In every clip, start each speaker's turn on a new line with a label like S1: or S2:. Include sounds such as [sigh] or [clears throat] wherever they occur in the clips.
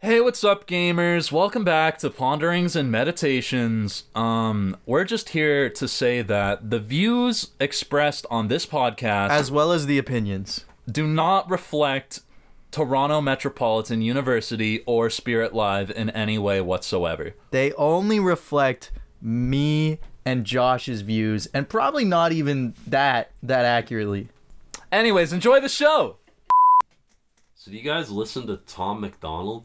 S1: Hey, what's up, gamers? Welcome back to Ponderings and Meditations. Um, we're just here to say that the views expressed on this podcast
S2: as well as the opinions.
S1: do not reflect Toronto Metropolitan University or Spirit Live in any way whatsoever.
S2: They only reflect me and Josh's views, and probably not even that that accurately.
S1: Anyways, enjoy the show.
S3: So do you guys listen to Tom McDonald?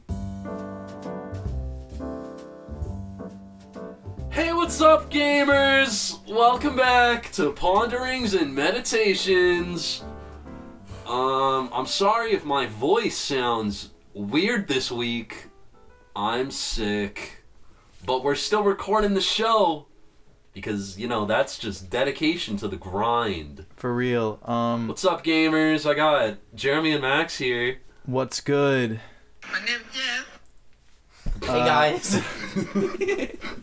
S1: Hey, what's up, gamers? Welcome back to Ponderings and Meditations.
S3: Um, I'm sorry if my voice sounds weird this week. I'm sick. But we're still recording the show because, you know, that's just dedication to the grind.
S2: For real. Um,
S3: What's up, gamers? I got Jeremy and Max here.
S2: what's good? Uh,
S4: My name, yeah.
S5: Hey [laughs] guys,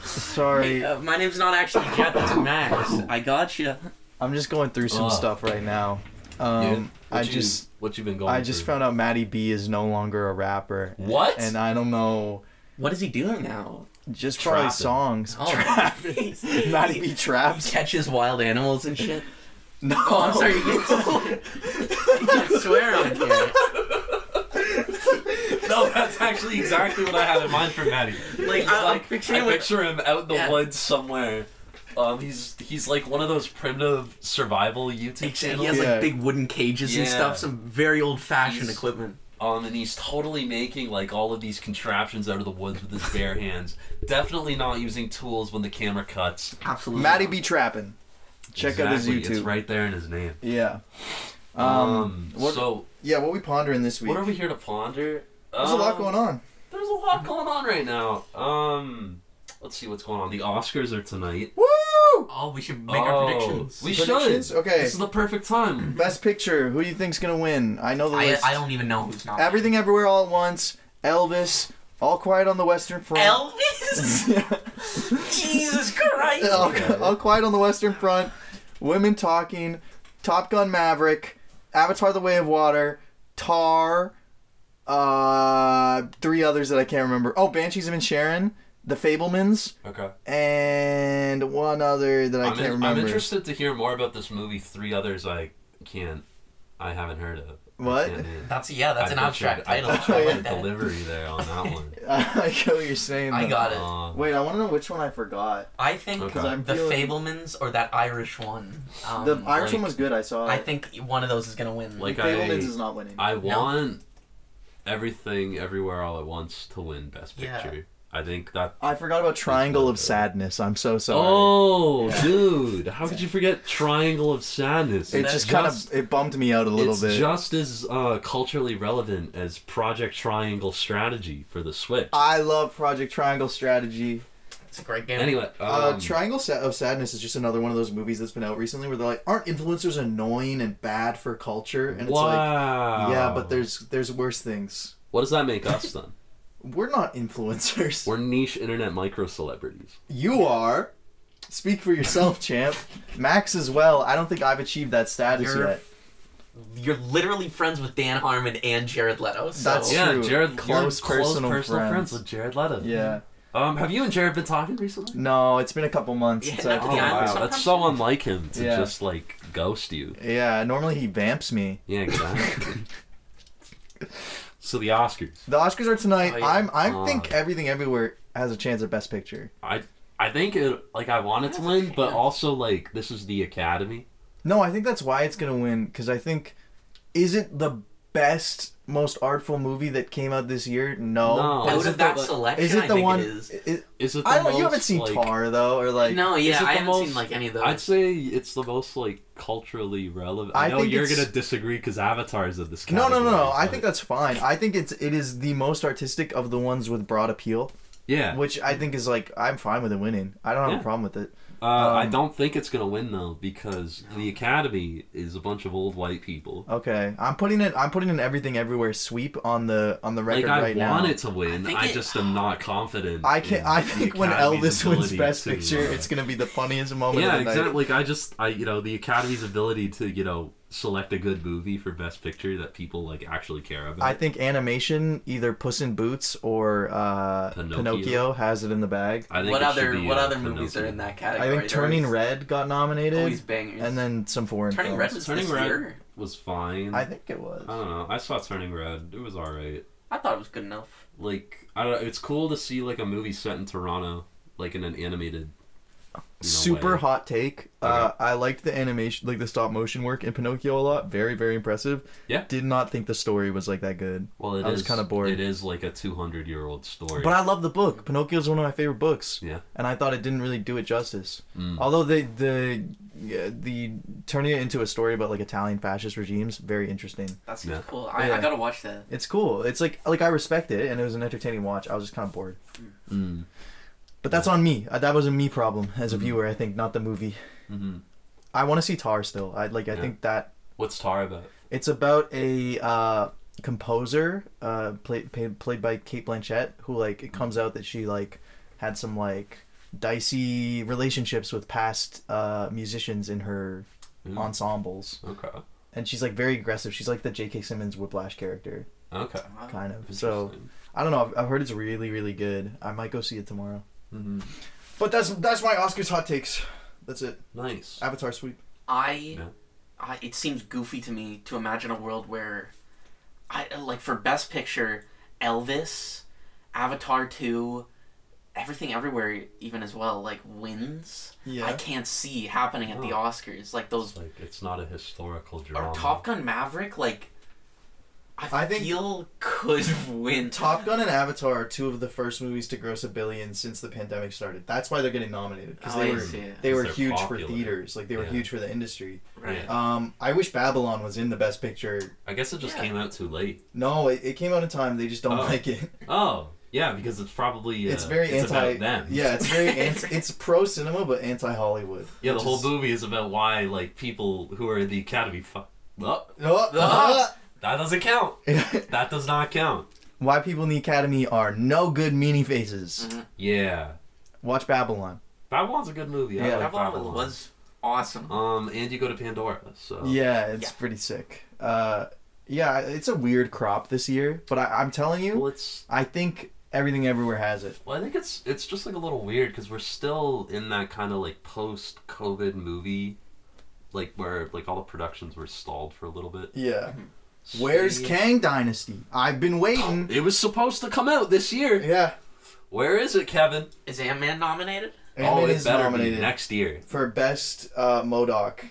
S2: Sorry,
S5: uh, my name's not actually Jeff. It's Max. I gotcha.
S2: I'm just going through some
S3: Ugh.
S2: stuff right now. Um,
S3: What
S2: I
S3: you-
S2: just
S3: what you been going?
S2: I just
S3: through?
S2: found out Maddie B is no longer a rapper.
S3: What? [laughs]
S2: And I don't know.
S5: What is he doing now?
S2: Just probably
S3: Trapping.
S2: songs.
S5: Oh,
S3: [laughs]
S2: Maddie B traps.
S5: catches wild animals and shit.
S2: No,
S5: Oh, I'm sorry. You can't, you can't swear on here.
S3: No, that's actually exactly what I had in mind for Maddie.
S5: Like,
S3: He's
S5: I- I'm
S3: like,
S5: picturing
S3: I
S5: what-
S3: picture him out in the
S5: Yeah.
S3: woods somewhere. Um, he's he's like one of those primitive survival YouTube
S5: He
S3: channels.
S5: has
S2: Yeah.
S5: like big wooden cages and
S3: Yeah.
S5: stuff. Some very old-fashioned
S3: He's-
S5: equipment.
S3: Um, and he's totally making like all of these contraptions out of the woods with his bare hands. Definitely not using tools when the camera cuts.
S5: Absolutely.
S2: Maddie B trapping. Check out his
S3: Exactly,
S2: YouTube.
S3: It's right there in his name.
S2: Yeah. Um,
S3: Um,
S2: what-
S3: so
S2: yeah, what we pondering this week?
S3: what are we here to ponder? Um,
S2: There's a lot
S5: Um,
S2: going on.
S3: There's a lot going on right now. Um, let's see what's going on. The Oscars are tonight.
S2: Woo!
S5: Oh, we should make
S3: Oh,
S5: our predictions.
S3: We
S2: Predictions?
S3: should.
S2: Okay.
S3: This is the perfect time.
S2: Best picture. Who do you think's gonna win? I know the
S5: I,
S2: list.
S5: I don't even know who's not.
S2: Everything, everywhere, all at once. Elvis. All quiet on the Western Front. [laughs]
S5: Elvis. [laughs] Jesus Christ.
S2: all, all quiet on the Western Front. Women talking. Top Gun Maverick. Avatar: The Way of Water. Tar. Uh, three others that I can't remember. Oh, Banshees of Sharon. The Fablemans.
S3: Okay.
S2: And one other that I
S3: I'm,
S2: can't
S3: in-
S2: remember.
S3: I'm interested to hear more about this movie. Three others I can't. I haven't heard of. I
S2: What?
S3: can't name.
S5: That's yeah. That's
S3: I
S5: an
S3: butchered-
S5: abstract
S3: I [laughs]
S5: title.
S3: butchered
S5: I
S3: the
S2: [laughs]
S5: like that.
S3: delivery there on that one.
S2: [laughs] I get what you're saying.
S5: I
S2: though.
S5: got it.
S3: Uh,
S2: Wait, I want to know which one I forgot.
S5: I think
S3: Okay. 'Cause
S2: I'm
S5: the
S2: feeling-
S5: Fablemans or that Irish one. Um,
S2: The Irish one
S3: like-
S2: was good. I saw.
S5: I
S2: it.
S5: think one of those is gonna win.
S3: Like-
S2: Fablemans
S3: I-
S2: is not winning.
S3: I want everything, everywhere, all at once to win Best
S5: Yeah.
S3: Picture. I think that.
S2: I forgot about Triangle of
S3: good.
S2: Sadness. I'm so sorry.
S3: Oh, dude! How could you forget Triangle of Sadness?
S2: it just kind of it bumped me out a little
S3: it's
S2: bit.
S3: just as uh, culturally relevant as Project Triangle Strategy for the Switch.
S2: I love Project Triangle Strategy.
S5: It's a great game.
S3: anyway,
S2: Uh,
S3: um,
S2: Triangle Sa- of Sadness is just another one of those movies that's been out recently where they're like, aren't influencers annoying and bad for culture? And it's like,
S3: wow.
S2: yeah, but there's there's worse things.
S3: What does that make us then?
S2: We're not [laughs] influencers.
S3: We're niche internet micro celebrities.
S2: you are. Speak for
S3: [laughs]
S2: yourself, champ. Max as well. I don't think I've achieved that status
S5: You're-
S2: yet.
S5: You're literally friends with Dan Harmon and Jared Leto. So.
S2: That's-
S3: yeah,
S2: true.
S3: Jared close,
S2: Close
S3: close
S2: personal
S3: personal, friends.
S2: friends.
S3: with Jared Leto.
S2: Yeah.
S3: Um, have you and Jared been talking recently? Oh,
S2: No, it's been a couple months
S5: Yeah,
S2: since I've.
S5: after the Yeah, island.
S3: that's so unlike him to
S2: Yeah.
S3: just like ghost you.
S2: Yeah, normally he vamps me.
S3: Yeah,
S2: [laughs]
S3: exactly. so the Oscars,
S2: The Oscars are tonight.
S5: Oh, yeah.
S2: I'm I
S3: Oh.
S2: think Everything Everywhere has a chance at Best Picture.
S3: I I think it like I wanted to win, but also like this is the Academy.
S2: No, I think that's why it's gonna win because I think is it the best, most artful movie that came out this year? No.
S3: No.
S2: But
S5: out
S2: Is
S3: Is
S5: of
S2: it,
S3: it
S5: that
S3: the-
S5: selection.
S2: is it
S5: I
S2: the
S5: think
S2: one?
S5: It is.
S2: i-
S3: Is it? The
S2: I don't.
S3: Most,
S2: you haven't seen
S3: like,
S2: Tar though, or like
S5: no,
S3: it
S5: yeah, I
S3: the
S5: haven't seen
S3: most-
S5: like any of those.
S3: I'd say it's the most like culturally relevant.
S2: I
S3: I know
S2: think
S3: you're
S2: it's-
S3: gonna disagree because Avatar's of this.
S2: No,
S3: Category,
S2: no, no, no. I
S3: but-
S2: think that's fine. I think it's it is the most artistic of the ones with broad appeal,
S3: yeah.
S2: which I think is like I'm fine with it winning. I don't have
S3: Yeah.
S2: a problem with it.
S3: Uh, I
S2: um,
S3: don't think it's gonna win though because the Academy is a bunch of old white people.
S2: Okay, I'm putting it. I'm putting an everything everywhere sweep on the on the
S3: Like
S2: record
S3: I
S2: right now.
S3: want it to win.
S5: think
S3: I
S5: it-
S3: just am not confident.
S2: I can.
S3: in
S2: I
S3: the
S2: think when
S3: Academy's
S2: Elvis wins
S3: ability
S2: Best
S3: to,
S2: Picture,
S3: uh,
S2: it's gonna be the funniest
S3: [laughs]
S2: moment.
S3: yeah,
S2: of the night.
S3: exactly. Like I just, I you know, the Academy's ability to you know select a good movie for Best Picture that people like actually care about?
S2: I think animation, either Puss in Boots or uh,
S3: Pinocchio.
S2: Pinocchio. has it in the bag.
S3: I think
S5: What
S3: it should
S5: other
S3: be,
S5: what
S3: uh,
S5: other movies
S3: Pinocchio.
S5: are in that category?
S2: I think
S5: There
S2: Turning
S5: was
S2: Red got nominated,
S5: Always bangers.
S2: and then some foreign.
S5: Turning
S2: films.
S5: Red was
S3: Oh, Turning
S5: this
S3: Red.
S5: year.
S3: was fine.
S2: I think it was.
S3: I don't know. I saw Turning Red. It was all right.
S5: I thought it was good enough.
S3: Like I don't know. It's cool to see like a movie set in Toronto, like in an animated. you know,
S2: Super
S3: way.
S2: hot take. Uh, I liked the animation, like the stop motion work in Pinocchio a lot. Very, very impressive.
S3: Yeah.
S2: Did not think the story was like that good.
S3: Well, it
S2: I was
S3: is-
S2: kinda bored.
S3: It is like a two hundred year old story.
S2: But I love the book. Pinocchio is one of my favorite books.
S3: Yeah.
S2: And I thought it didn't really do it justice.
S3: Mm.
S2: Although the the yeah, the turning it into a story about like Italian fascist regimes, very interesting.
S5: That's
S3: Yeah.
S5: cool. I, I
S2: Yeah.
S5: gotta watch that.
S2: It's cool. It's like like I respect it, and it was an entertaining watch. I was just kind of bored.
S3: Mm. Mm-hmm.
S2: But that's on me. Uh, That was a me problem as a viewer. I think not the movie.
S3: Mhm.
S2: I want to see Tar still. I like. I
S3: Yeah.
S2: think that
S3: What's Tar about?
S2: It's about a uh, composer uh, play, pay, played by Kate Blanchett, who like it comes out that she like had some like dicey relationships with past uh, musicians in her
S3: Ooh,
S2: ensembles,
S3: Okay.
S2: and she's like very aggressive. She's like the J.K. Simmons Whiplash character,
S3: Okay.
S5: Wow.
S2: kind of. So
S3: Interesting.
S2: I don't know. I've, I've heard it's really really good. I might go see it tomorrow. mm-hmm.
S3: Mhm.
S2: But that's that's my Oscars hot takes. That's it.
S3: Nice.
S2: Avatar sweep.
S5: I,
S3: Yeah.
S5: I, it seems goofy to me to imagine a world where, I like for Best Picture, Elvis, Avatar Two, everything everywhere even as well like wins.
S2: Yeah.
S5: I can't see happening at the
S3: Oh.
S5: Oscars like those
S3: Like it's not a historical drama.
S5: or Top Gun Maverick like. I,
S2: I think-
S5: feel could [laughs] win.
S2: Top Gun and Avatar are two of the first movies to gross a billion since the pandemic started. That's why they're getting nominated because
S5: Oh,
S2: they
S5: I
S2: were
S5: see.
S2: they were
S3: Because they're
S2: huge
S3: popular.
S2: for theaters, like they were
S3: Yeah.
S2: huge for the industry.
S5: Right.
S3: Yeah.
S2: Um, I wish Babylon was in the Best Picture.
S3: I guess it just
S5: Yeah.
S3: came out too late.
S2: No, it, it came out in time. They just don't
S3: Oh.
S2: like it. [laughs]
S3: Oh yeah, because it's probably uh,
S2: it's very anti.
S3: About them.
S2: Yeah, it's
S3: [laughs]
S2: very anti. It's pro cinema but anti Hollywood.
S3: Yeah, the whole movie is about why like people who are in the academy. Fu- oh,
S2: Oh,
S3: [laughs] that doesn't count. That does not count.
S2: [laughs] why people in the Academy are no good meanie faces.
S5: Mm-hmm.
S3: Yeah,
S2: Watch Babylon.
S3: Babylon's a good movie. I
S2: Yeah.
S3: like
S5: Babylon
S3: Babylon,
S5: was awesome.
S3: Um, and you go to Pandora. So
S2: Yeah, it's
S5: Yeah.
S2: pretty sick. Uh, yeah, it's a weird crop this year, but I, I'm telling you,
S3: well, it's
S2: I think everything everywhere has it.
S3: well, I think it's it's just like a little weird because we're still in that kind of like post-COVID movie, like where like all the productions were stalled for a little bit.
S2: Yeah.
S3: Mm-hmm.
S2: Where's
S3: Yeah.
S2: Kang Dynasty? I've been waiting.
S3: It was supposed to come out this year.
S2: yeah.
S3: Where is it, Kevin?
S5: Is Ant
S2: [laughs]
S5: Man nominated?
S3: oh,
S2: Ant-Man
S3: it
S2: is
S3: better
S2: nominated
S3: be next year.
S2: for best uh, Modoc.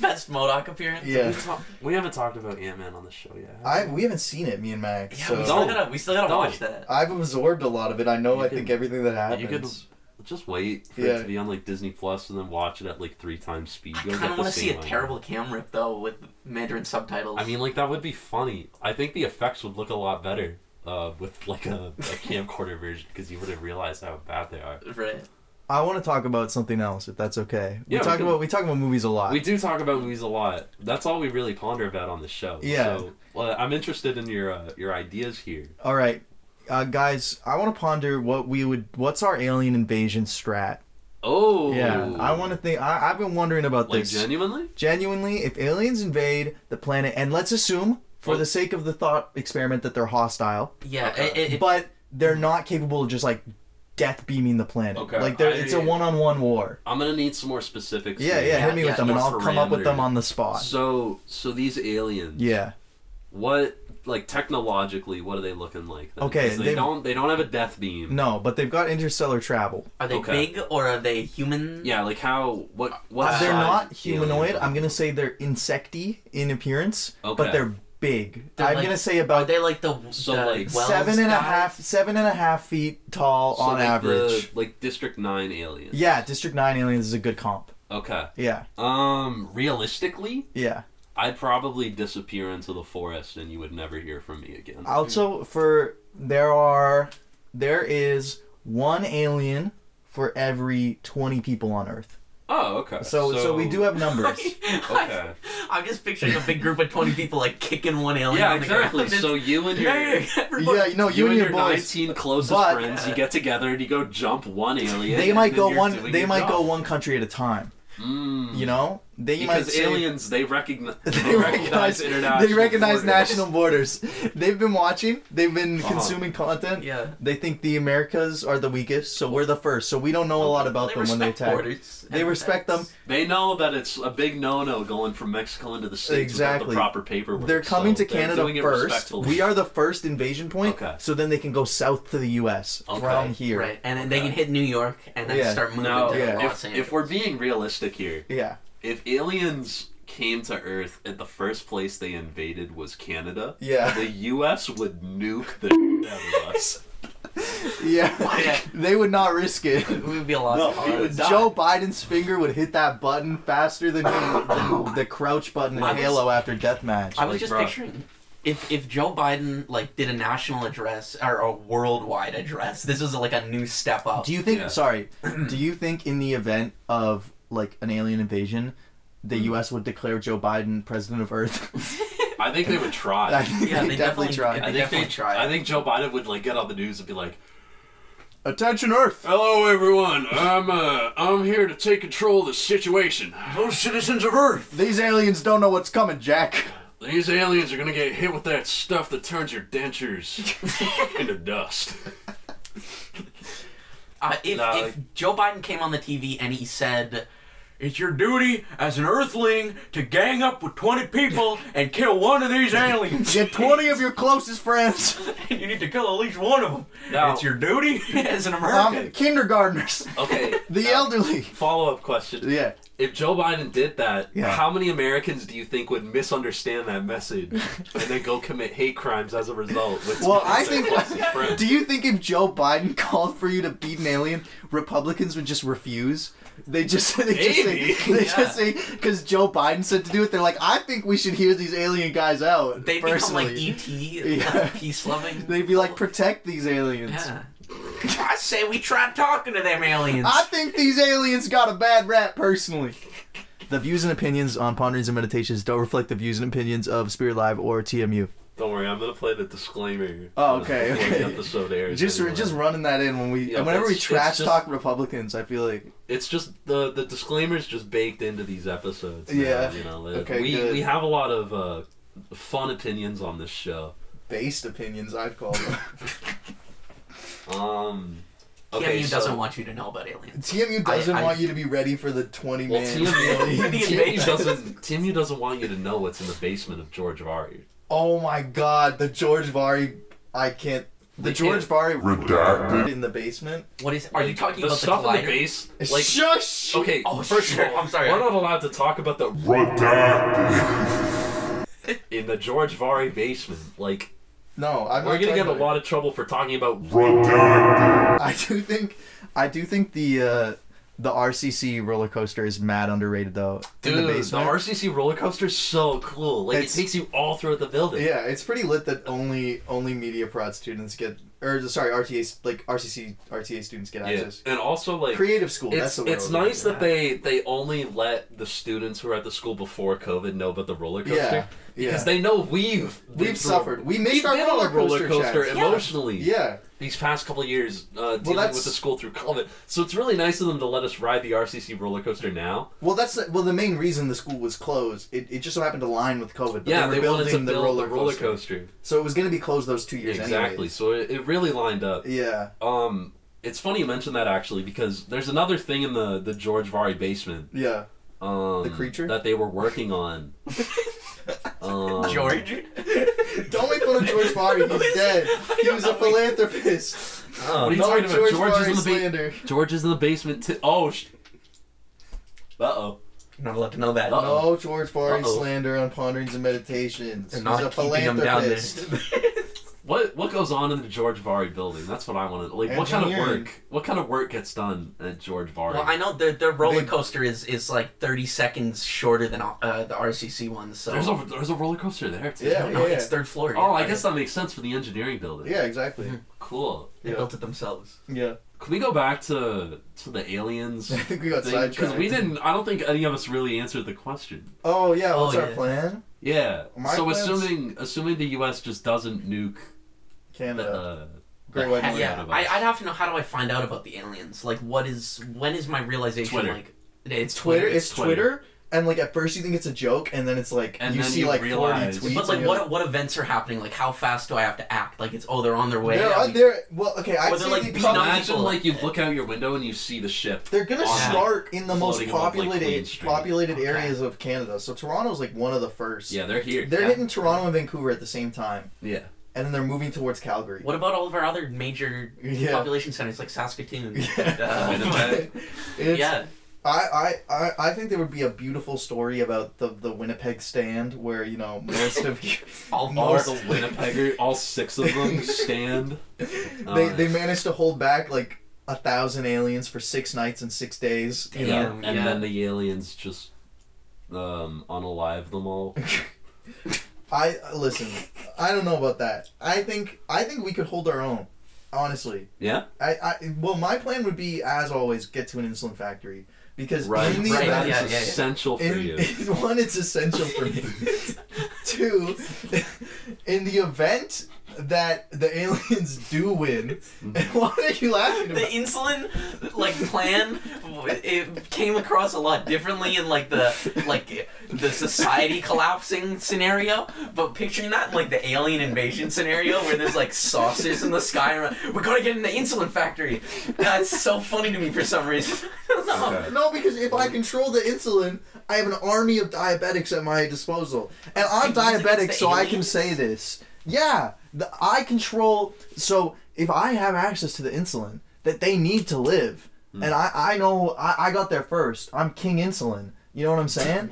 S5: Best Modoc appearance.
S2: Yeah.
S5: We talk-
S3: We haven't talked about Ant Man on the show yet. have
S2: I we haven't seen it, me and Mac.
S5: Yeah,
S2: so
S5: we still
S3: Don't.
S5: gotta we still gotta
S3: Don't.
S5: watch that.
S2: I've absorbed a lot of it. I know.
S3: You
S2: I
S3: could-
S2: think everything that happens.
S3: You could just wait for it
S2: Yeah.
S3: to be on like Disney Plus and then watch it at like three times speed.
S5: I
S3: You'll
S5: kind
S3: get
S5: of
S3: the
S5: want to see
S3: same
S5: a
S3: idea.
S5: terrible cam rip though with Mandarin subtitles.
S3: I mean, like that would be funny. I think the effects would look a lot better uh, with like a, a camcorder version because you wouldn't realize how bad they are.
S5: right?
S2: I want to talk about something else, if that's okay.
S3: Yeah, we
S2: we talk
S3: can.
S2: about we talk about movies a lot.
S3: We do talk about movies a lot. That's all we really ponder about on the show.
S2: Yeah.
S3: So, well, I'm interested in your uh, your ideas here.
S2: All right, uh, guys. I want to ponder what we would. What's our alien invasion strat?
S3: Oh.
S2: Yeah. I want to think. I, I've been wondering about
S3: Like
S2: this.
S3: genuinely?
S2: genuinely, if aliens invade the planet, and let's assume, for
S3: Well-
S2: the sake of the thought experiment, that they're hostile,
S5: Yeah,
S3: Okay.
S5: it, it, it-
S2: but they're not capable of just like death beaming the planet.
S3: Okay,
S2: Like they're,
S3: I-
S2: it's a one-on-one war.
S3: I'm gonna need some more specifics.
S2: Yeah,
S3: here.
S2: yeah. hit me
S5: yeah,
S2: with them, and
S3: more
S2: I'll come up with them
S3: parameters.
S2: on the spot.
S3: So, so these aliens.
S2: yeah,
S3: What like technologically, what are they looking like? Then?
S2: Okay,
S3: 'Cause they
S2: they've-
S3: don't they don't have a death beam.
S2: no, but they've got interstellar travel.
S5: are they
S3: okay.
S5: big or are they human?
S3: Yeah, like how what what
S2: Uh,
S3: size
S2: they're not
S3: aliens
S2: humanoid.
S3: are
S2: I'm
S3: they?
S2: gonna say they're insecty in appearance,
S3: Okay.
S2: but they're big.
S5: They're
S2: I'm
S5: like-
S2: gonna say
S5: Are
S2: about
S5: they like the,
S3: So,
S5: the
S3: like,
S5: Wells
S2: seven and a half, seven and a half
S5: guy? [laughs]
S2: feet tall
S3: So,
S2: on
S3: like, the-
S2: average.
S3: like District Nine aliens.
S2: Yeah, District Nine aliens is a good comp.
S3: Okay.
S2: Yeah,
S3: Um, realistically,
S2: yeah.
S3: I'd probably disappear into the forest, and you would never hear from me again.
S2: Also, for there are there is one alien for every twenty people on Earth.
S3: oh, okay.
S2: So so, we do have
S3: [laughs]
S2: numbers.
S3: Okay.
S5: I'm just picturing a big group of twenty people like kicking one alien
S3: Yeah,
S5: on the
S3: exactly.
S5: ground. [laughs] It's-
S3: So you and your
S5: Hey,
S2: [laughs]
S5: everybody-
S2: yeah, you know you, and your boys.
S3: 19 closest
S2: But-
S3: friends, you get together and you go jump one alien.
S2: [laughs] They
S3: and
S2: might
S3: then
S2: go
S3: you're
S2: one.
S3: doing
S2: They
S3: your
S2: might go
S3: job.
S2: one country at a time.
S3: Mm.
S2: You know, They might
S3: Because
S2: say-
S3: aliens, [laughs] they recognize
S2: [laughs] They recognize
S3: international.
S2: They recognize
S3: borders.
S2: national borders. They've been watching. They've been
S3: Uh-huh.
S2: consuming content.
S5: Yeah.
S2: They think the Americas are the weakest, so we're the first. So we don't know a lot about them when they
S5: respect
S2: attack.
S5: borders
S2: They
S5: and
S2: respect them.
S5: that's-
S3: They know that it's a big no-no going from Mexico into the states without
S2: Exactly.
S3: the proper paperwork.
S2: They're coming
S3: so
S2: to
S3: they're
S2: Canada
S3: doing it
S2: first.
S3: respectfully.
S2: We are the first invasion point.
S3: Okay.
S2: So then they can go south to the U.S.
S3: Okay.
S2: from here.
S5: Right, and then they can hit New York and then
S2: Yeah.
S5: start moving
S3: now.
S5: to
S2: Yeah.
S5: Los
S3: If,
S5: Angeles.
S3: if we're being realistic here,
S2: Yeah.
S3: if aliens came to Earth and the first place they invaded was Canada,
S2: Yeah.
S3: the U.S. would nuke the [laughs] shit out of us.
S2: [laughs]
S3: [laughs]
S2: Yeah.
S5: Yeah.
S2: they would not risk it.
S5: [laughs] we would be a lost
S3: No, we
S5: cause.
S3: would die.
S2: Joe Biden's finger would hit that button faster than, than
S3: [coughs]
S2: the crouch button in
S5: I was-
S2: Halo after deathmatch.
S5: I was
S3: Like,
S5: just
S3: bruh.
S5: picturing if if Joe Biden like did a national address or a worldwide address, this was like a new step up.
S2: Do you think?
S3: Yeah. [clears throat]
S2: Sorry. Do you think in the event of like an alien invasion, the
S3: Mm.
S2: U.S. would declare Joe Biden president of Earth? [laughs]
S3: I think they would try.
S2: I think
S5: Yeah,
S2: they,
S5: they
S2: definitely,
S5: definitely-
S2: try.
S5: I
S3: I
S5: they
S3: think
S5: definitely tried.
S3: I think Joe Biden would like get on the news and be like,
S2: Attention, Earth.
S3: "Hello, everyone. I'm uh, I'm here to take control of the situation. Those citizens of Earth.
S2: These aliens don't know what's coming, Jack.
S3: These aliens are gonna get hit with that stuff that turns your
S2: [laughs]
S3: dentures into dust."
S5: Uh, if
S3: No,
S5: if Joe Biden came on the TV and he said, "It's your duty as an Earthling to gang up with
S2: [laughs]
S5: twenty people and kill one of these aliens.
S2: Get twenty of your closest friends.
S5: [laughs] you need to kill at least one of them.
S3: No.
S5: It's your duty [laughs] as an American."
S2: Um, kindergartners,
S3: Okay.
S2: the elderly.
S3: Follow up question.
S2: Yeah.
S3: If Joe Biden did that,
S2: Yeah.
S3: how many Americans do you think would misunderstand that message and then go commit hate crimes as a result? with
S2: Well, I
S3: their
S2: think-
S3: closest friends?
S2: Do you think if Joe Biden [laughs] called for you to beat an alien, Republicans would just refuse? They just [laughs] they
S3: Maybe.
S2: just say they just say because Joe Biden said to do it. They're like, I think we should hear these alien guys out.
S5: They
S2: personally.
S5: become like ET,
S2: Yeah.
S5: peace loving.
S2: [laughs] They'd be like, protect these aliens.
S5: yeah. I say we try talking to them aliens.
S2: I think these aliens got a bad rap personally. The views and opinions on Ponderings and Meditations don't reflect the views and opinions of Spirit Live or TMU.
S3: Don't worry, I'm gonna play the disclaimer.
S2: Oh, okay,
S3: Before
S2: okay.
S3: The episode airs
S2: Just
S3: anyway.
S2: just running that in when we
S3: Yeah,
S2: whenever we
S3: it's- it's
S2: trash
S3: just-
S2: talk Republicans, I feel like
S3: it's just the the disclaimers just baked into these episodes. now,
S2: Yeah.
S3: you know,
S2: Okay,
S3: we
S2: good.
S3: we have a lot of uh, fun opinions on this show.
S2: based opinions I'd
S3: [laughs]
S2: call them.
S3: Um, okay,
S5: Okay, TMU
S3: so-
S5: doesn't want you to know about aliens.
S2: TMU
S5: I-
S2: doesn't
S5: I-
S2: want you to be ready for the 20
S3: Well,
S2: [laughs]
S3: [laughs]
S2: man.
S3: TMU,
S5: The
S3: TMU
S5: invaders.
S3: doesn't TMU doesn't want you to know what's in the basement of George Vary.
S2: oh my god, the George Vary. I can't. The
S3: We
S2: George
S3: can't-
S2: Vary. Redacted. In the basement.
S5: What is? Are you talking
S3: the
S5: about the
S3: stuff
S5: collider?
S3: in the base? Like,
S2: Shush!
S3: okay,
S5: Oh,
S3: first
S5: sure.
S3: of all,
S5: I'm sorry.
S3: We're not allowed to talk about the in the George Vary basement. Like,
S2: No, I'm
S3: we're gonna
S2: not talking
S3: get a
S2: about it.
S3: lot of trouble for talking about.
S2: [laughs] I do think, I do think the uh, the RCC roller coaster is mad underrated though.
S3: Dude,
S2: in
S3: the,
S2: the basement.
S3: RCC roller coaster is so cool. Like,
S2: It's-
S3: it takes you all throughout the building.
S2: yeah, it's pretty lit that only only media prod students get, or sorry, RTA like RCC RTA students get
S3: Yeah.
S2: access.
S3: and also like.
S2: Creative school. that's
S3: It's,
S2: the word.
S3: it's
S2: I was
S3: nice
S2: looking
S3: that they, they only let the students who were at the school before COVID know about the roller
S2: for.
S3: coaster
S2: yeah,
S3: because
S2: yeah.
S3: they know we've been
S2: We've
S3: through-
S2: suffered. We missed
S3: We've
S2: our
S3: been on a
S2: roller coaster,
S3: roller coaster
S2: checks.
S5: Yeah.
S3: emotionally.
S2: Yeah.
S3: these past couple of years uh, dealing
S2: that's-
S3: with the school through COVID. So it's really nice of them to let us ride the RCC roller coaster now.
S2: Well, that's the, well the main reason the school was closed. It, it just so happened to line with COVID. But
S3: yeah,
S2: they were
S3: they, wanted
S2: building
S3: to
S2: the,
S3: build
S2: roller
S3: the roller
S2: coaster.
S3: coaster.
S2: so it was going to be closed those two years
S3: Exactly. So it, it really lined up.
S2: anyways. Yeah,
S3: Um, it's funny you mention that actually because there's another thing in the the George Vary basement.
S2: yeah.
S3: Um,
S2: The creature?
S3: that they were working
S2: [laughs]
S3: on. um,
S5: George. [laughs]
S2: Don't make fun of
S3: [laughs]
S2: George Barry. He's dead. He was a philanthropist.
S3: Oh, what are you
S2: No
S3: talking about?
S2: George
S3: George
S2: Barry
S3: is, in the
S2: slander.
S3: ba- George is in the basement. T- oh. Sh- uh oh.
S5: You're not allowed to know that.
S3: Uh-oh.
S2: No George Barry
S3: Uh-oh.
S2: slander on ponderings and meditations.
S5: They're
S2: He's
S5: not
S2: a
S5: keeping him down there.
S2: philanthropist.
S3: [laughs]
S5: [laughs]
S3: What what goes on in the George Vary building? That's what I wanted. Like, what kind of
S2: Engineering.
S3: work? What kind of work gets done at George Vary?
S5: well, I know the the roller
S2: They-
S5: coaster is is like thirty seconds shorter than uh, the RCC one. So
S3: there's a there's a roller coaster there. Too.
S2: Yeah,
S5: no, it's third floor.
S3: Oh, I guess that makes sense for the engineering building.
S2: Yeah, exactly.
S3: Cool.
S5: they
S2: yeah.
S5: built it themselves.
S2: Yeah.
S3: Can we go back to to the
S2: [laughs]
S3: aliens?
S2: I think we got
S3: Because
S2: sidetracked.
S3: we didn't. I don't think any of us really answered the question.
S2: Oh yeah, what's
S5: Oh,
S2: our
S5: yeah.
S2: plan?
S3: Yeah.
S2: My
S3: so
S2: plans-
S3: assuming assuming the U.S. just doesn't nuke the
S2: Canada.
S3: uh,
S2: Great
S3: the
S2: White
S3: heck
S2: North.
S3: out
S5: yeah,
S3: of
S5: I,
S3: us.
S5: I'd have to know how do I find out about the aliens? Like, what is when is my realization?
S3: Twitter.
S5: Like, it's
S2: Twitter.
S5: Twitter.
S2: It's Twitter.
S3: Twitter.
S2: and like at first you think it's a joke, and then it's like
S3: And
S2: you
S3: then
S2: see
S3: you
S2: like
S3: realize-
S2: forty tweets.
S5: But
S2: and
S5: like,
S2: you're
S5: what what events are happening? Like, how fast do I have to act? Like, it's oh, they're on their way.
S2: They're,
S5: Yeah,
S2: uh,
S5: we-
S2: they're well, okay. I
S5: Well, they're,
S2: say
S5: like,
S2: they
S5: beating
S2: probably,
S5: up-
S3: Imagine like you look out your window and you see the ship.
S2: they're gonna
S3: on-
S2: start in the most
S3: floating above, like,
S2: populated
S3: Queen Street.
S2: populated
S5: Okay.
S2: areas of Canada. So Toronto's like one of the first.
S3: Yeah, they're here.
S2: They're
S3: yeah.
S2: hitting Toronto and Vancouver at the same time,
S3: Yeah.
S2: and then they're moving towards Calgary.
S5: What about all of our other major
S2: [laughs] Yeah.
S5: population centers like Saskatoon?
S2: [laughs] Yeah.
S3: Uh, Winnipeg.
S2: [laughs] It's-
S5: yeah,
S2: I, I, I, I think there would be a beautiful story about the, the Winnipeg stand where, you know, most of you,
S5: all
S3: all
S2: [laughs] Most-
S3: [laughs]
S5: most.
S3: the Winnipegger, all six of
S2: [laughs]
S3: them stand.
S2: they, they managed to hold back like a thousand aliens for six nights and six days. You
S3: yeah,
S2: know?
S5: Damn,
S3: and
S5: yeah.
S3: then the aliens just um unalive them all.
S2: I listen, I don't know about that. I think I think we could hold our own, honestly.
S3: Yeah,
S2: I, I well my plan would be as always get to an insulin factory because
S3: right.
S2: in the
S5: right,
S3: That's
S2: event
S5: yeah, yeah, yeah.
S3: essential for
S2: in,
S3: you.
S2: [laughs] one it's essential for
S5: [laughs]
S2: me two in the event that the aliens do win [laughs] what are you laughing
S5: Mm-hmm. The
S2: about
S5: insulin like plan it came across a lot differently in like the like the society collapsing scenario, but picturing that in, like the alien invasion scenario where there's like saucers in the sky and we're like, we gotta get in the insulin factory. That's so funny to me for some reason. [laughs] No.
S3: Okay.
S2: no because if i control the insulin i have an army of diabetics at my disposal and i'm
S5: Wait, who's against
S2: diabetic
S5: the
S2: so i can
S5: aliens?
S2: say this yeah the, i control so if i have access to the insulin that they need to live
S5: Mm.
S2: and i, I know I, I got there first i'm king insulin you know what i'm
S5: [laughs]
S2: saying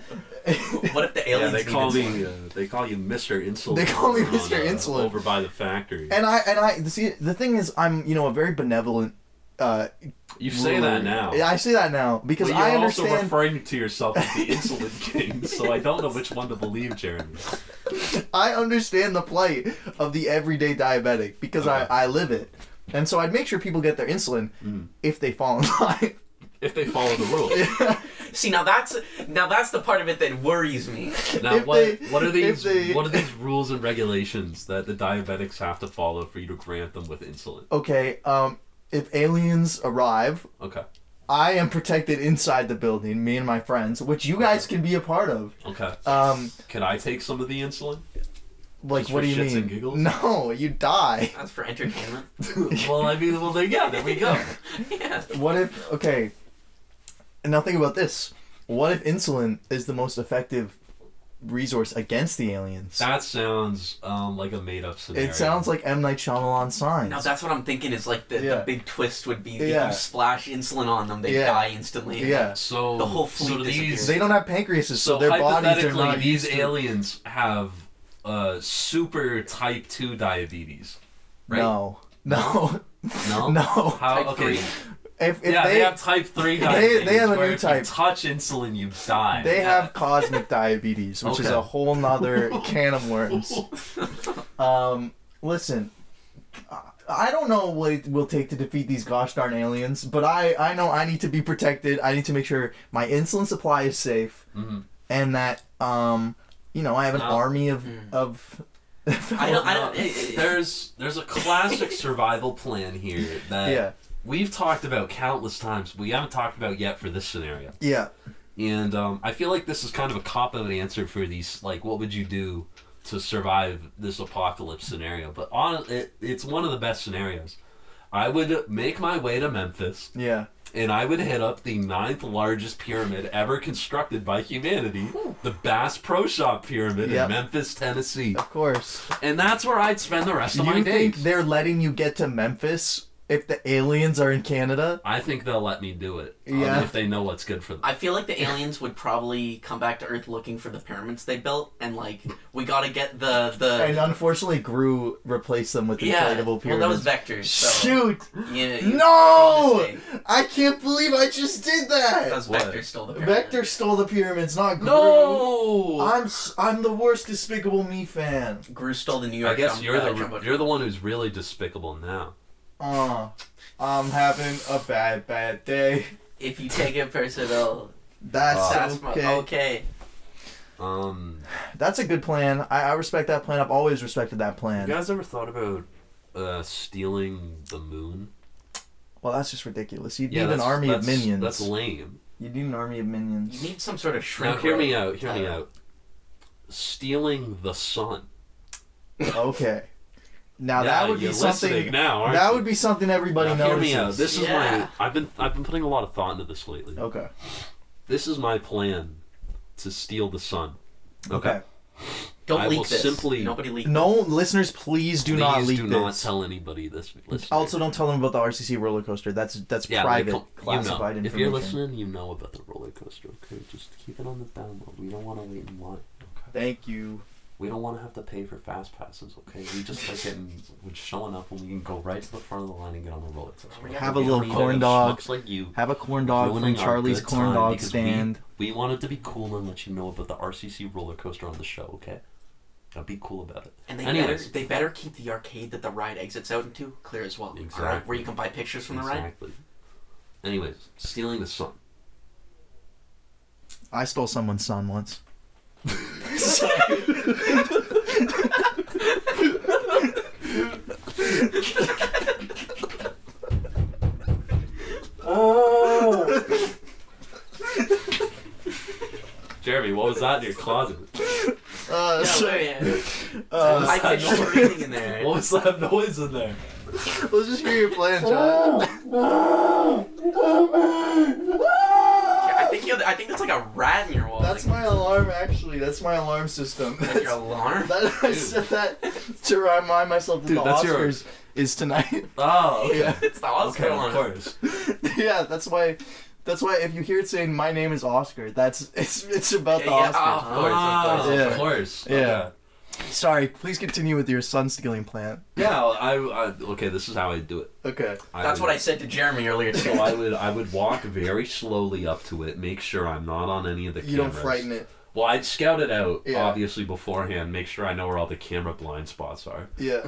S5: What if the
S3: yeah,
S5: aliens?
S3: they
S5: need
S3: call
S5: insulin?
S3: me. Uh, they call you Mister Insulin.
S2: They call me
S3: on, uh,
S2: Mr. Insulin.
S3: over by the factory.
S2: And I and I see the thing is I'm you know a very benevolent. Uh,
S3: you say that now.
S2: Yeah, I say that now because
S3: But you're
S2: I
S3: also
S2: understand.
S3: referring to yourself as the Insulin King, so I don't know which one to believe, Jeremy.
S2: [laughs] I understand the plight of the everyday diabetic because
S3: Okay. Mm.
S2: I I live it, and so I'd make sure people get their insulin if they fall in [laughs] line.
S3: If they follow the rules.
S5: See now that's now that's the part of it that worries me.
S3: Now,
S2: [laughs] If
S3: what
S2: they-
S3: what are
S2: if
S3: these
S2: they-
S3: what are these rules and regulations that the diabetics have to follow for you to grant them with insulin?
S2: Okay, um, if aliens arrive,
S3: Okay,
S2: I am protected inside the building, me and my friends, which you guys can be a part of.
S3: okay.
S2: Um,
S3: Can I take some of the insulin?
S2: [laughs] like
S3: Just for
S2: what do you
S3: shits and giggles?
S2: mean? No, you die.
S5: That's for entertainment.
S3: well, I mean, well, there, yeah, there we [laughs] go.
S5: yeah.
S2: What if okay? And now think about this. What if insulin is the most effective resource against the aliens?
S3: That sounds um, like a made up scenario.
S2: it sounds like M Night Shyamalan signs.
S5: Now that's what I'm thinking is like the,
S2: Yeah.
S5: the big twist would be
S2: Yeah.
S5: if you splash insulin on them, they
S2: Yeah.
S5: die instantly.
S2: yeah,
S3: so.
S5: The whole
S3: so
S5: fleet
S3: these,
S5: disappears.
S2: they don't have pancreases, so,
S3: so
S2: their bodies are
S3: hypothetically,
S2: not
S3: these
S2: used to.
S3: aliens have uh, super type two diabetes. right?
S2: No, [laughs] no,
S3: No.
S2: no.
S3: How?
S5: Type
S3: okay.
S5: three.
S2: If, if
S3: yeah, they,
S2: they
S3: have type three
S2: they-
S3: diabetes.
S2: [laughs] they have a
S3: where
S2: new
S3: if you
S2: type.
S3: touch insulin, you die.
S2: they have cosmic diabetes, which is
S3: Okay.
S2: a
S3: [laughs]
S2: whole nother can of worms. Um, listen, I- I don't know what it will take to defeat these gosh darn aliens, but I, I know I need to be protected. I need to make sure my insulin supply is safe
S3: Mhm.
S2: and that, um, you know, I have an
S3: Uh,
S2: army of.
S5: mm.
S2: of
S5: I don't. I don't.
S3: No, [laughs] there's there's a classic survival plan here that
S2: [laughs] yeah,
S3: we've talked about countless times. We haven't talked about yet for this scenario.
S2: yeah.
S3: And um, I feel like this is kind of a cop out answer for these. Like, what would you do to survive this apocalypse scenario? But on it, it's one of the best scenarios. I would make my way to Memphis,
S2: Yeah.
S3: and I would hit up the ninth largest pyramid ever constructed by humanity, the Bass Pro Shop Pyramid
S2: Yep.
S3: in Memphis, Tennessee.
S2: Of course.
S3: And that's where I'd spend the rest of my
S2: you think
S3: days.
S2: they're letting you get to Memphis if the aliens are in Canada?
S3: I think they'll let me do it um,
S2: Yeah.
S3: if they know what's good for them.
S5: I feel like the aliens would probably come back to Earth looking for the pyramids they built, and like we gotta get the
S2: And
S5: the.
S2: unfortunately, Gru replaced them with
S5: Yeah. Well,
S2: inflatable pyramids.
S5: that was Vector. So,
S2: Shoot!
S5: Yeah, you-
S2: No!
S5: mistake.
S2: I can't believe I just did that.
S5: That was
S3: What?
S5: Vector stole the pyramid.
S2: Vector stole the pyramids, not Gru.
S3: no!
S2: I'm s- I'm the worst Despicable Me fan.
S5: Gru stole the New York.
S3: I guess
S5: jump-
S3: you're
S5: uh,
S3: the
S5: jumbo jet.
S3: you're the one who's really despicable now.
S2: Uh, I'm having a bad bad day.
S5: If you take it personal,
S2: [laughs] That's,
S5: that's
S2: okay.
S5: my- okay.
S3: Um,
S2: That's a good plan. I, I respect that plan. I've always respected that
S3: you
S2: plan.
S3: guys ever thought about uh, stealing the moon?
S2: Well, that's just ridiculous. You'd need an army of
S3: that's-
S2: minions.
S3: That's lame.
S2: You need an army of minions.
S5: You need some sort of
S3: Now
S5: shrink.
S3: hear me
S5: wrap.
S3: out. Hear me out. Stealing the sun.
S2: okay. Now
S3: Yeah,
S2: that would
S3: you're
S2: be
S3: listening
S2: something.
S3: now, aren't
S2: that
S3: you?
S2: would be something everybody
S3: Now, hear
S2: notices. Oh.
S3: me out. This is
S5: Yeah.
S3: my. I've been I've been putting a lot of thought into this lately.
S2: Okay.
S3: This is my plan to steal the sun.
S2: Okay.
S5: Don't
S3: I
S5: leak
S3: will
S5: this.
S3: simply-
S5: Nobody leak.
S2: No listeners, please do
S3: Please
S2: not leak
S3: do
S2: this.
S3: not tell anybody this. Listener.
S2: Also, don't tell them about the RCC roller coaster. That's that's
S3: yeah,
S2: private,
S3: like, come-
S2: classified
S3: you know. If
S2: information.
S3: you're listening, you know about the roller coaster. Okay, just keep it on the down low. We don't want to wait in line. Okay.
S2: Thank you.
S3: We don't want to have to pay for fast passes. Okay, we just like getting we're showing up and we can go right to the front of the line and get on the roller coaster.
S2: Have a
S5: Yeah,
S2: little
S5: we
S2: corn
S5: have
S2: dog.
S3: Looks like you.
S2: Have a corn dog
S3: ruining
S2: from
S3: our
S2: Charlie's
S3: good
S2: corn
S3: time
S2: dog
S3: because
S2: stand.
S3: We, we wanted to be cool and let you know about the RCC roller coaster on the show. Okay, now be cool about it.
S5: And they
S3: Anyways.
S5: better they better keep the arcade that the ride exits out into clear as well.
S3: Exactly.
S5: Alright, where you can buy pictures from the ride.
S3: exactly. Anyways, stealing the sun.
S2: I stole someone's son once.
S3: Jeremy, what was that in your closet?
S2: Uh, [laughs]
S5: Yeah,
S2: so-
S5: where, yeah.
S2: uh,
S3: [laughs]
S5: I picture everything in there.
S3: What was that noise in there?
S2: let's just hear your plan, John.
S5: I think you I think that's like a rat in your wall.
S2: That's
S5: like,
S2: my alarm, actually. That's my alarm system.
S5: [laughs] that's
S2: [laughs]
S5: your
S2: That,
S5: alarm.
S2: I said that to remind myself that
S3: Dude,
S2: the
S3: that's
S2: Oscars
S3: your-
S2: is tonight.
S5: Ah,
S3: Oh, okay.
S2: yeah.
S5: it's the Oscar
S3: Okay, of
S5: alarm.
S3: course.
S2: [laughs] yeah, that's why. That's why if you hear it saying "My name is Oscar," that's [laughs] it's it's about
S5: Yeah,
S2: the
S5: yeah,
S2: Oscars.
S5: oh, of course, of
S3: Ah,
S5: course.
S2: Yeah.
S3: of course.
S2: Yeah.
S3: Okay.
S2: Sorry, please continue with your sun stealing plan.
S3: Yeah, I, I okay. This is how I do it.
S2: Okay.
S3: I
S5: That's
S3: would-
S5: what I said to Jeremy earlier
S3: So
S5: too.
S3: [laughs] I would I would walk very slowly up to it, make sure I'm not on any of the
S2: You don't
S3: cameras.
S2: frighten it.
S3: Well, I'd scout it out
S2: Yeah.
S3: obviously beforehand, make sure I know where all the camera blind spots are,
S2: Yeah.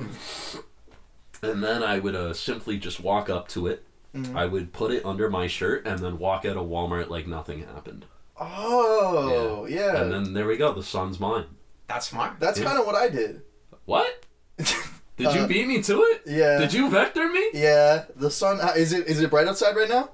S3: and then I would uh, simply just walk up to it.
S2: Mhm.
S3: I would put it under my shirt and then walk out of Walmart like nothing happened.
S2: [laughs] Oh, yeah.
S3: And then there we go, the sun's mine.
S5: That's smart.
S2: That's
S3: Yeah.
S2: kind of what I did. [laughs]
S3: What? Did you
S2: Uh,
S3: beat me to it?
S2: Yeah.
S3: Did you Uh-huh. vector me?
S2: Yeah. The sun uh, is it is it bright outside right now?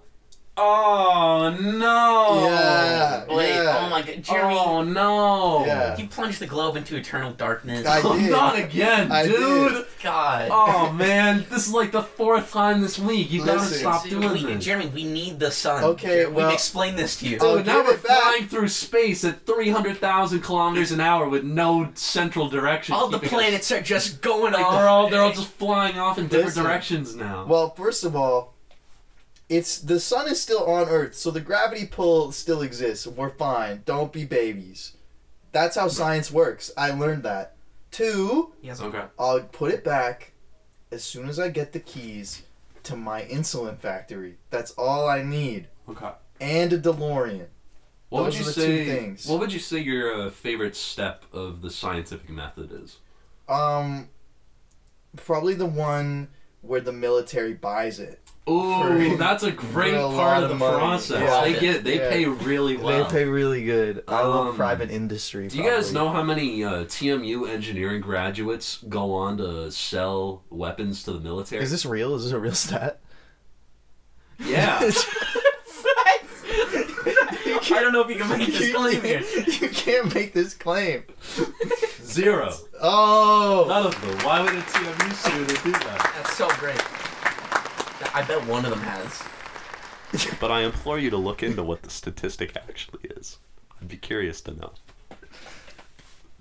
S3: Oh no!
S2: Yeah.
S5: Wait,
S2: yeah.
S5: oh my god, Jeremy
S3: Oh no!
S2: Yeah.
S5: You plunged the globe into eternal darkness. [laughs]
S2: I
S3: [laughs] Oh,
S2: did.
S3: Not again,
S2: I
S3: dude.
S2: did.
S5: God.
S3: Oh man, this is like the fourth time this week. You gotta
S2: Listen.
S3: stop
S5: Dude,
S3: doing
S5: we,
S3: this.
S5: Jeremy, we need the sun.
S2: Okay,
S5: Jeremy,
S2: well-
S5: we've explained this to you.
S2: Oh,
S3: Dude, now
S2: give
S3: we're
S2: it back.
S3: flying through space at 300,000 kilometers an hour with no central direction.
S5: All the
S3: keeping us-
S5: planets are just going
S3: Oh, They're
S5: off.
S3: all, they're all just flying off in different
S2: Listen.
S3: directions now.
S2: Well, first of all, it's the sun is still on Earth, so the gravity pull still exists. We're fine. Don't be babies. That's how science works. I learned that. Two,
S5: He has a-
S3: okay.
S2: I'll put it back as soon as I get the keys to my insulin factory. That's all I need,
S3: Okay.
S2: and a DeLorean.
S3: What would
S2: Those
S3: you
S2: are the two
S3: say?
S2: things.
S3: What would you say your uh, favorite step of the scientific method is?
S2: Um, probably the one where the military buys it.
S3: Ooh,
S2: For-
S3: that's a great
S2: for a
S3: part
S2: lot
S3: of the
S2: of money.
S3: process.
S2: Yeah.
S3: They get they
S2: Yeah.
S3: pay really well.
S2: They pay really good. I
S3: Um,
S2: love private industry.
S3: Do you guys
S2: probably.
S3: know how many uh, TMU engineering graduates go on to sell weapons to the military?
S2: Is this real? Is this a real stat?
S3: [laughs]
S2: [laughs]
S3: yeah. [laughs]
S5: I don't know if you can make a disclaim here.
S2: you can't [laughs] make this claim.
S3: Zero.
S2: Oh,
S3: None of them. Why would a TMU student do that?
S5: [laughs] That's so great. I bet one of them has.
S3: But I implore you to look into what the statistic actually is. I'd be curious to know.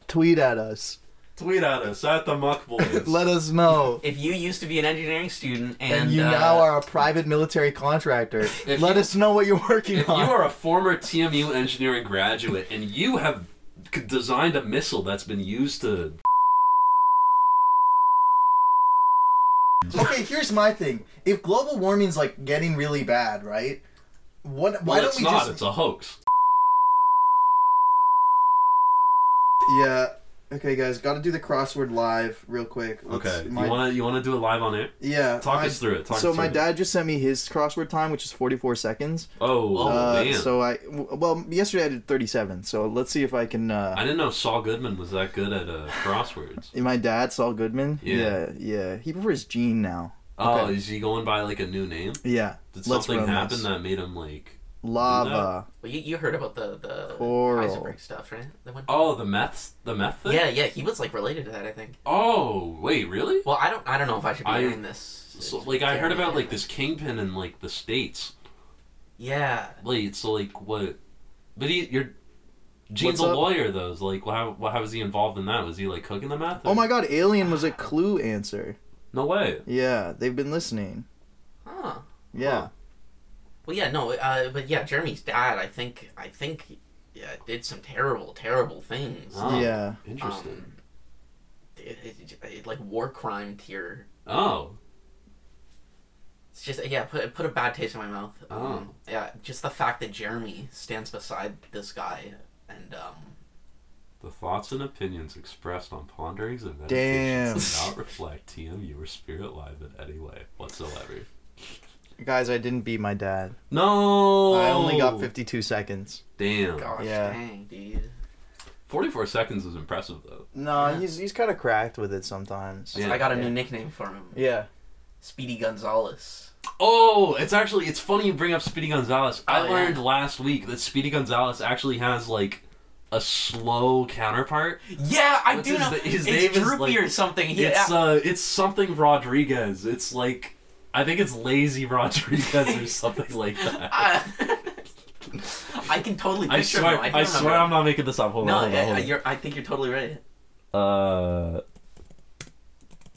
S2: tweet at us.
S3: Tweet at us at the Muck Boys.
S2: [laughs] Let us know.
S5: If you used to be an engineering student and,
S2: And you
S5: uh,
S2: now are a private military contractor.
S3: If
S2: Let
S3: you-
S2: us know what you're working
S3: if you
S2: on.
S3: are a former TMU engineering graduate and you have c- designed a missile that's been used to
S2: okay, here's my thing. If global warming's like getting really bad, right? What? Why
S3: well,
S2: don't
S3: it's
S2: we
S3: not,
S2: just?
S3: it's a hoax.
S2: Yeah. Okay, guys, got to do the crossword live real quick. Let's-
S3: Okay.
S2: my-
S3: You wanna you wanna do it live on air?
S2: Yeah.
S3: Talk
S2: my-
S3: us through it. Talk
S2: so
S3: us
S2: my
S3: through it.
S2: dad just sent me his crossword time, which is 44 seconds.
S3: Oh,
S2: uh,
S3: man.
S2: So I, w- well, yesterday I did 37. So let's see if I can. Uh,
S3: I didn't know Saul Goodman was that good at uh, crosswords.
S2: my dad, Saul Goodman.
S3: Yeah.
S2: yeah, yeah. He prefers Gene now.
S3: Oh,
S2: [laughs] Okay.
S3: is he going by like a new name?
S2: Yeah.
S3: Did
S2: Let's
S3: something
S2: run
S3: happen
S2: this.
S3: that made him like
S2: lava,
S5: Well, you, you heard about the the
S2: Coral.
S5: Heisenberg stuff, right? The one-
S3: Oh, the meth, the meth thing.
S5: Yeah, yeah, he was like related to that, I think.
S3: Oh, wait, really?
S5: Well, I don't, I don't know if I should be
S3: I-
S5: doing this.
S3: So, like I heard about like this kingpin in like the states.
S5: Yeah,
S3: Like so like what? But he, you're. Gene's
S2: What's
S3: a
S2: up?
S3: lawyer though. so, Like how, wha- how was he involved in that? Was he like cooking the meth? or-
S2: Oh my god, alien was a clue answer.
S3: No way.
S2: Yeah, they've been listening.
S5: huh?
S2: Yeah.
S5: Well, yeah, no, uh, but yeah, Jeremy's dad. I think, I think, yeah, did some terrible, terrible things.
S3: Huh. Oh.
S2: Yeah.
S3: Interesting.
S5: Um, it, it, it- like war crime tier.
S3: oh.
S5: It's just yeah, put it put a bad taste in my mouth. Um,
S3: Oh.
S5: yeah, just the fact that Jeremy stands beside this guy and um,
S3: The thoughts and opinions expressed on ponderings and
S2: Damn.
S3: meditations do not reflect TMU or Spirit Live in any way whatsoever.
S2: Guys, I didn't beat my dad.
S3: No.
S2: I only got 52 seconds.
S3: Damn.
S5: gosh
S2: Yeah.
S5: dang, dude.
S3: Forty-four seconds is impressive though.
S2: No,
S5: Yeah.
S2: he's he's kind of cracked with it sometimes.
S3: Yeah.
S5: I got a
S2: Yeah.
S5: new nickname for him.
S2: Yeah.
S5: Speedy Gonzalez.
S3: Oh, it's actually it's funny you bring up Speedy Gonzalez. I
S5: Oh, yeah.
S3: learned last week that Speedy Gonzalez actually has like a slow counterpart.
S5: Yeah, I
S3: What's
S5: do
S3: his
S5: know.
S3: na- his
S5: it's
S3: name is,
S5: Droopy
S3: like-
S5: or something. Yeah. [laughs]
S3: It's uh it's something Rodriguez. It's like I think it's Lazy [laughs] Rodriguez
S5: [laughs]
S3: or something like that.
S5: Uh, I can totally
S3: I
S5: picture
S3: swear
S5: him. I, do
S3: I, swear I'm
S5: remember.
S3: not making this up. Hold on. Hold
S5: [laughs] No,
S3: on,
S5: yeah,
S3: hold on.
S5: you're, I think you're totally right. [laughs]
S3: Uh,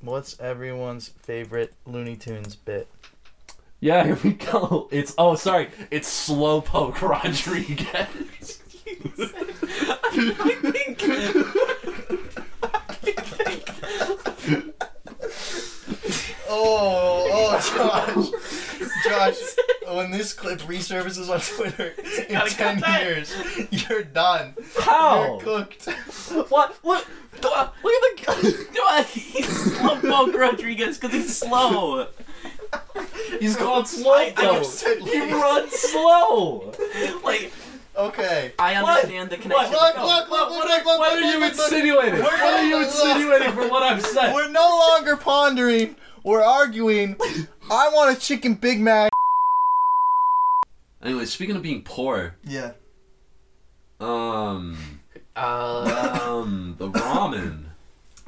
S2: What's everyone's favorite Looney Tunes bit?
S3: yeah, [laughs] here we go. It's oh, sorry, it's Slowpoke [laughs]
S5: [laughs]
S3: Rodriguez.
S5: I
S3: [laughs]
S5: think.
S2: Oh, oh, [laughs] Josh, Josh! When this clip resurfaces on [laughs] Twitter in
S5: Gotta cut that.
S2: you're done. Oh.
S3: How?
S2: cooked.
S3: What? Look,
S5: Duh, Look at the duh, he's [laughs] slowpoke Rodriguez because he's slow.
S3: he's called
S2: [laughs]
S5: I- I
S3: Slowpoke.
S2: said
S3: He runs [laughs] slow.
S5: Like
S2: Okay.
S5: I
S3: What?
S5: understand the
S3: What?
S5: connection.
S2: Look!
S5: No.
S2: Look! Look! Look! Look! Look!
S3: What are
S2: look,
S3: you
S2: look, look.
S3: insinuating? What are you insinuating for what [laughs] I've said?
S2: We're no longer pondering. We're [laughs] arguing. I want a chicken Big Mac.
S3: Anyway, speaking of being poor,
S2: Yeah.
S3: um,
S5: Uh,
S3: um, [laughs] the ramen.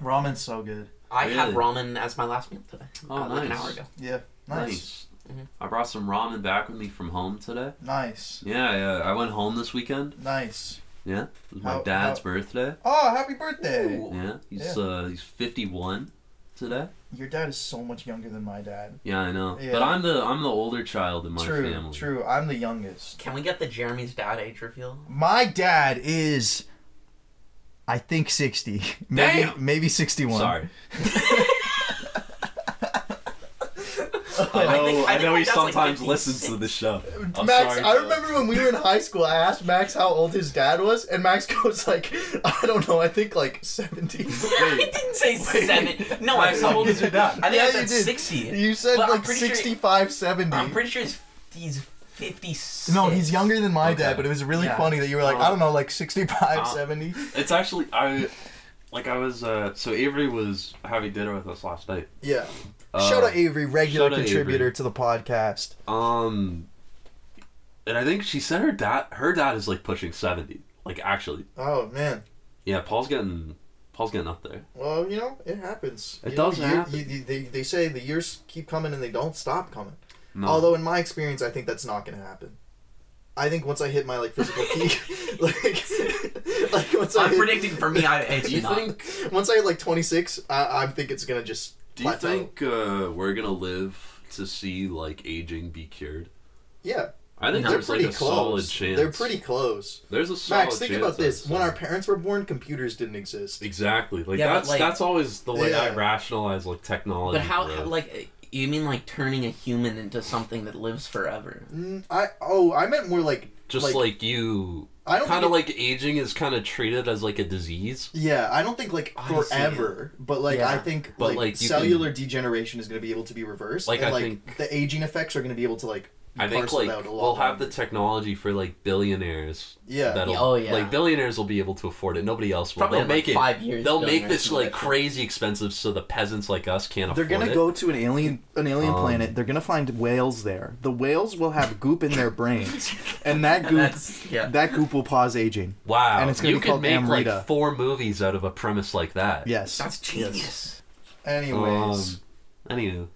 S2: Ramen's so good.
S5: I had
S3: Really?
S5: ramen as my last meal today.
S3: Oh,
S5: uh, Like an
S3: nice.
S5: hour ago.
S2: Yeah.
S3: Nice. Mm-hmm.
S5: Mhm.
S3: I brought some ramen back with me from home today.
S2: Nice.
S3: Yeah, yeah. I went home this weekend.
S2: Nice.
S3: Yeah, it was my
S2: How-
S3: dad's
S2: how-
S3: birthday.
S2: Oh, happy birthday!
S5: Ooh.
S3: Yeah, he's uh he's 51 today.
S2: Your dad is so much younger than my dad.
S3: Yeah, I know.
S2: Yeah.
S3: But I'm the I'm the older child in my
S2: true,
S3: family.
S2: true. I'm the youngest.
S5: Can we get the Jeremy's dad age reveal?
S2: My dad is, I think, sixty. [laughs] Maybe,
S3: Damn!
S2: Maybe sixty-one.
S3: Sorry.
S5: I know- think- I I think know my he dad's like sometimes 56.
S3: listens to the show.
S2: Max, I remember when we were in high school. I asked Max how old his dad was, and Max [laughs] goes like, "I don't know. I think like 17.
S5: [laughs] I didn't say seven. No, I
S3: Max, how old is your dad?
S5: I think
S2: Yeah,
S5: I
S2: you
S5: said
S2: did.
S5: sixty.
S2: You said
S5: But I'm
S2: like
S5: pretty sure-
S2: 65, 70.
S5: I'm pretty sure he's he's fifty six.
S2: no, he's younger than my
S3: Okay.
S2: dad, but it was really
S5: Yeah. Uh-huh.
S2: funny that you were like,
S3: Oh.
S2: I don't know, like 65,
S3: Oh.
S2: 70.
S3: It's actually I like I was uh so Avery was having dinner with us last night.
S2: Yeah.
S3: Uh,
S2: shout out Avery, regular
S3: shout out
S2: contributor
S3: Avery.
S2: to the podcast.
S3: Um and I think she said her dad her dad is like pushing 70. Like actually.
S2: Oh man.
S3: Yeah, Paul's getting Paul's getting up there.
S2: Well, you know, it happens.
S3: It
S2: You know,
S3: does
S2: you-
S3: happen.
S2: you- you- they, they say the years keep coming and they don't stop coming.
S3: No.
S2: Although in my experience, I think that's not going to happen. I think once I hit my like physical
S3: [laughs]
S2: peak, [laughs] like, like once I
S5: I'm
S2: hit,
S5: predicting for
S2: [laughs]
S5: me. I it's
S3: do you
S5: not.
S3: think
S2: once I hit like 26, I, I think it's going to just
S3: do you
S2: plateau.
S3: think uh, we're gonna live to see like aging be cured?
S2: Yeah,
S3: I think
S2: they're
S3: there's like
S2: pretty
S3: a solid
S2: close.
S3: chance.
S2: They're pretty close.
S3: There's a solid
S2: Max, think
S3: chance
S2: about this.
S3: I'd
S2: When
S3: say.
S2: our parents were born, computers didn't exist.
S3: Exactly. Like
S5: Yeah, but,
S3: that's
S5: like-
S3: that's always the way I
S2: Yeah.
S3: rationalize like technology.
S5: But how,
S3: growth.
S5: like, you mean like turning a human into something that lives forever?
S2: Mm, I oh, I meant more like
S3: just like, you
S2: I don't
S3: kind of
S2: think
S3: like aging is kind of treated as like a disease.
S2: Yeah, I don't think like
S3: Oh,
S5: I see.
S2: forever, but like
S5: Yeah.
S2: I think
S3: But,
S2: like,
S3: like, you
S2: cellular degeneration is going to be able to be reversed,
S3: Like,
S2: and
S3: I
S2: like
S3: think-
S2: the aging effects are going to be able to like
S3: I think
S2: parceled
S3: like
S2: out a lot
S3: we'll have
S2: longer.
S3: the technology for like billionaires.
S2: Yeah.
S3: that'll-
S5: Yeah, oh, yeah.
S3: Like billionaires will be able to afford it. Nobody else will.
S5: Probably
S3: they'll
S5: in, like,
S3: make it.
S5: five years,
S3: they'll make
S5: billionaires
S3: this
S5: will
S3: like
S5: get it.
S3: crazy expensive, so the peasants like us can't
S2: They're
S3: afford
S2: gonna
S3: it.
S2: go to an alien an alien
S3: Um,
S2: planet. They're gonna find whales there. The whales will have goop in
S3: [laughs]
S2: their brains, and that goop
S5: That's- yeah.
S2: that goop will pause aging.
S3: Wow,
S2: And it's gonna
S3: you
S2: be
S3: could
S2: called
S3: make
S2: Amrita.
S3: like four movies out of a premise like that.
S2: Yes.
S5: That's genius.
S2: Anyways,
S3: Um, anywho,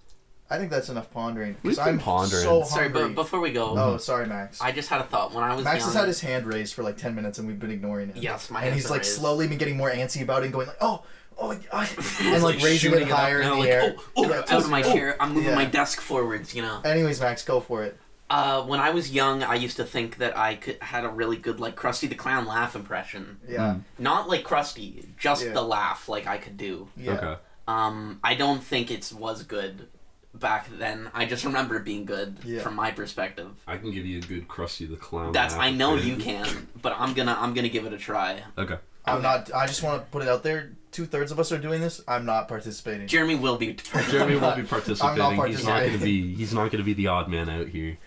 S2: I think that's enough pondering. 'cause
S3: We've been
S2: I'm
S3: pondering.
S2: So hungry.
S5: Sorry, but before we go,
S2: oh, sorry, Max.
S5: I just had a thought when I was
S2: Max
S5: young.
S2: has had his hand raised for like ten minutes, and we've been ignoring it.
S5: Yes, my
S2: and
S5: hands
S2: he's
S5: are
S2: like
S5: raised.
S2: slowly been getting more antsy about it, and going like, oh, oh,
S3: [laughs]
S2: I- and
S3: He's, like,
S2: like, raising it
S3: shooting it up
S2: higher in
S3: now,
S2: the
S3: like,
S2: air.
S3: oh, oh,
S2: Yeah,
S5: out of my
S2: oh.
S5: chair. I'm moving
S2: yeah.
S5: my desk forwards. You know.
S2: Anyways, Max, go for it.
S5: Uh, when I was young, I used to think that I could had a really good like Krusty the Clown laugh impression.
S2: Yeah,
S3: Mm,
S5: Not like Krusty, just
S2: Yeah.
S5: the laugh like I could do.
S2: yeah.
S3: okay.
S5: Um, I don't think it was good back then. I just remember it being good
S2: Yeah.
S5: from my perspective.
S3: I can give you a good Krusty the Clown.
S5: That's I
S3: laugh.
S5: know you can, but I'm gonna I'm gonna give it a try.
S3: Okay.
S2: I'm not. I just want to put it out there. Two thirds of us are doing this. I'm not participating.
S5: Jeremy will be. [laughs]
S3: Jeremy
S2: I'm
S3: won't be
S2: not
S3: participating. He's not going
S2: participating.
S3: to be. He's not going to be the odd man out here.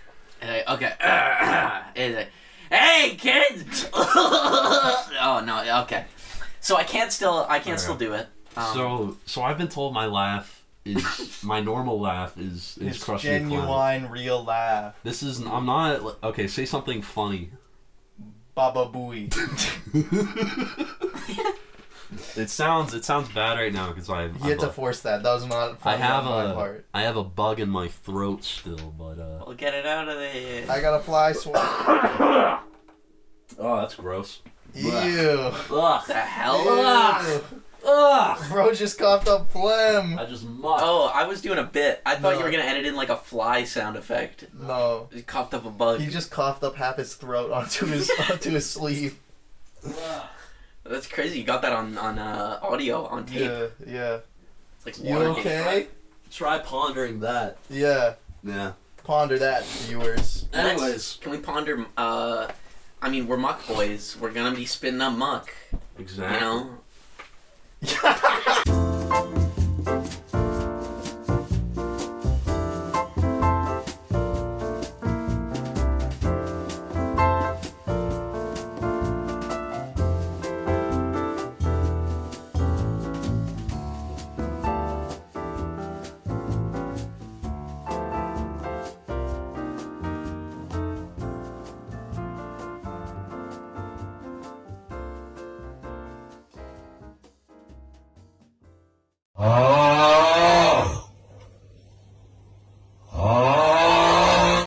S5: Uh, okay. [coughs] Is it- hey
S2: [laughs]
S5: kids! oh no. Okay. So I can't still I can't still do it. Um,
S3: so, so I've been told my laugh is my normal laugh is is Krusty
S2: It's
S3: the Clown.
S2: genuine, real laugh.
S3: This is. I'm not. Okay, say something funny.
S2: Baba
S3: [laughs]
S2: Booey.
S3: It sounds. It sounds bad right now because I.
S2: You had to force that. That was not.
S3: I
S2: funny
S3: have
S2: on my
S3: a
S2: part.
S3: I have a bug in my throat still, but uh.
S5: We'll get it out of there.
S2: I got a fly swat.
S3: [laughs] Oh, that's gross.
S2: Ew.
S5: Ugh, the hell?
S2: Ew.
S3: Ugh.
S2: Bro just coughed up phlegm.
S3: I just mucked.
S5: Oh, I was doing a bit. I thought you
S2: No.
S5: were gonna edit in like a fly sound effect.
S2: No.
S5: It coughed up a bug.
S2: He just coughed up half his throat onto his [laughs] onto his sleeve.
S5: That's crazy. You got that on on uh, audio on tape.
S2: Yeah, yeah.
S5: It's like
S2: You
S5: Watergate,
S2: okay?
S5: right?
S3: Try pondering that.
S2: Yeah.
S3: Yeah.
S2: Ponder that, viewers.
S5: Let's-
S3: Anyways.
S5: can we ponder? Uh, I mean, we're muck boys. We're gonna be spitting up muck.
S3: Exactly.
S5: You know.
S3: Oh.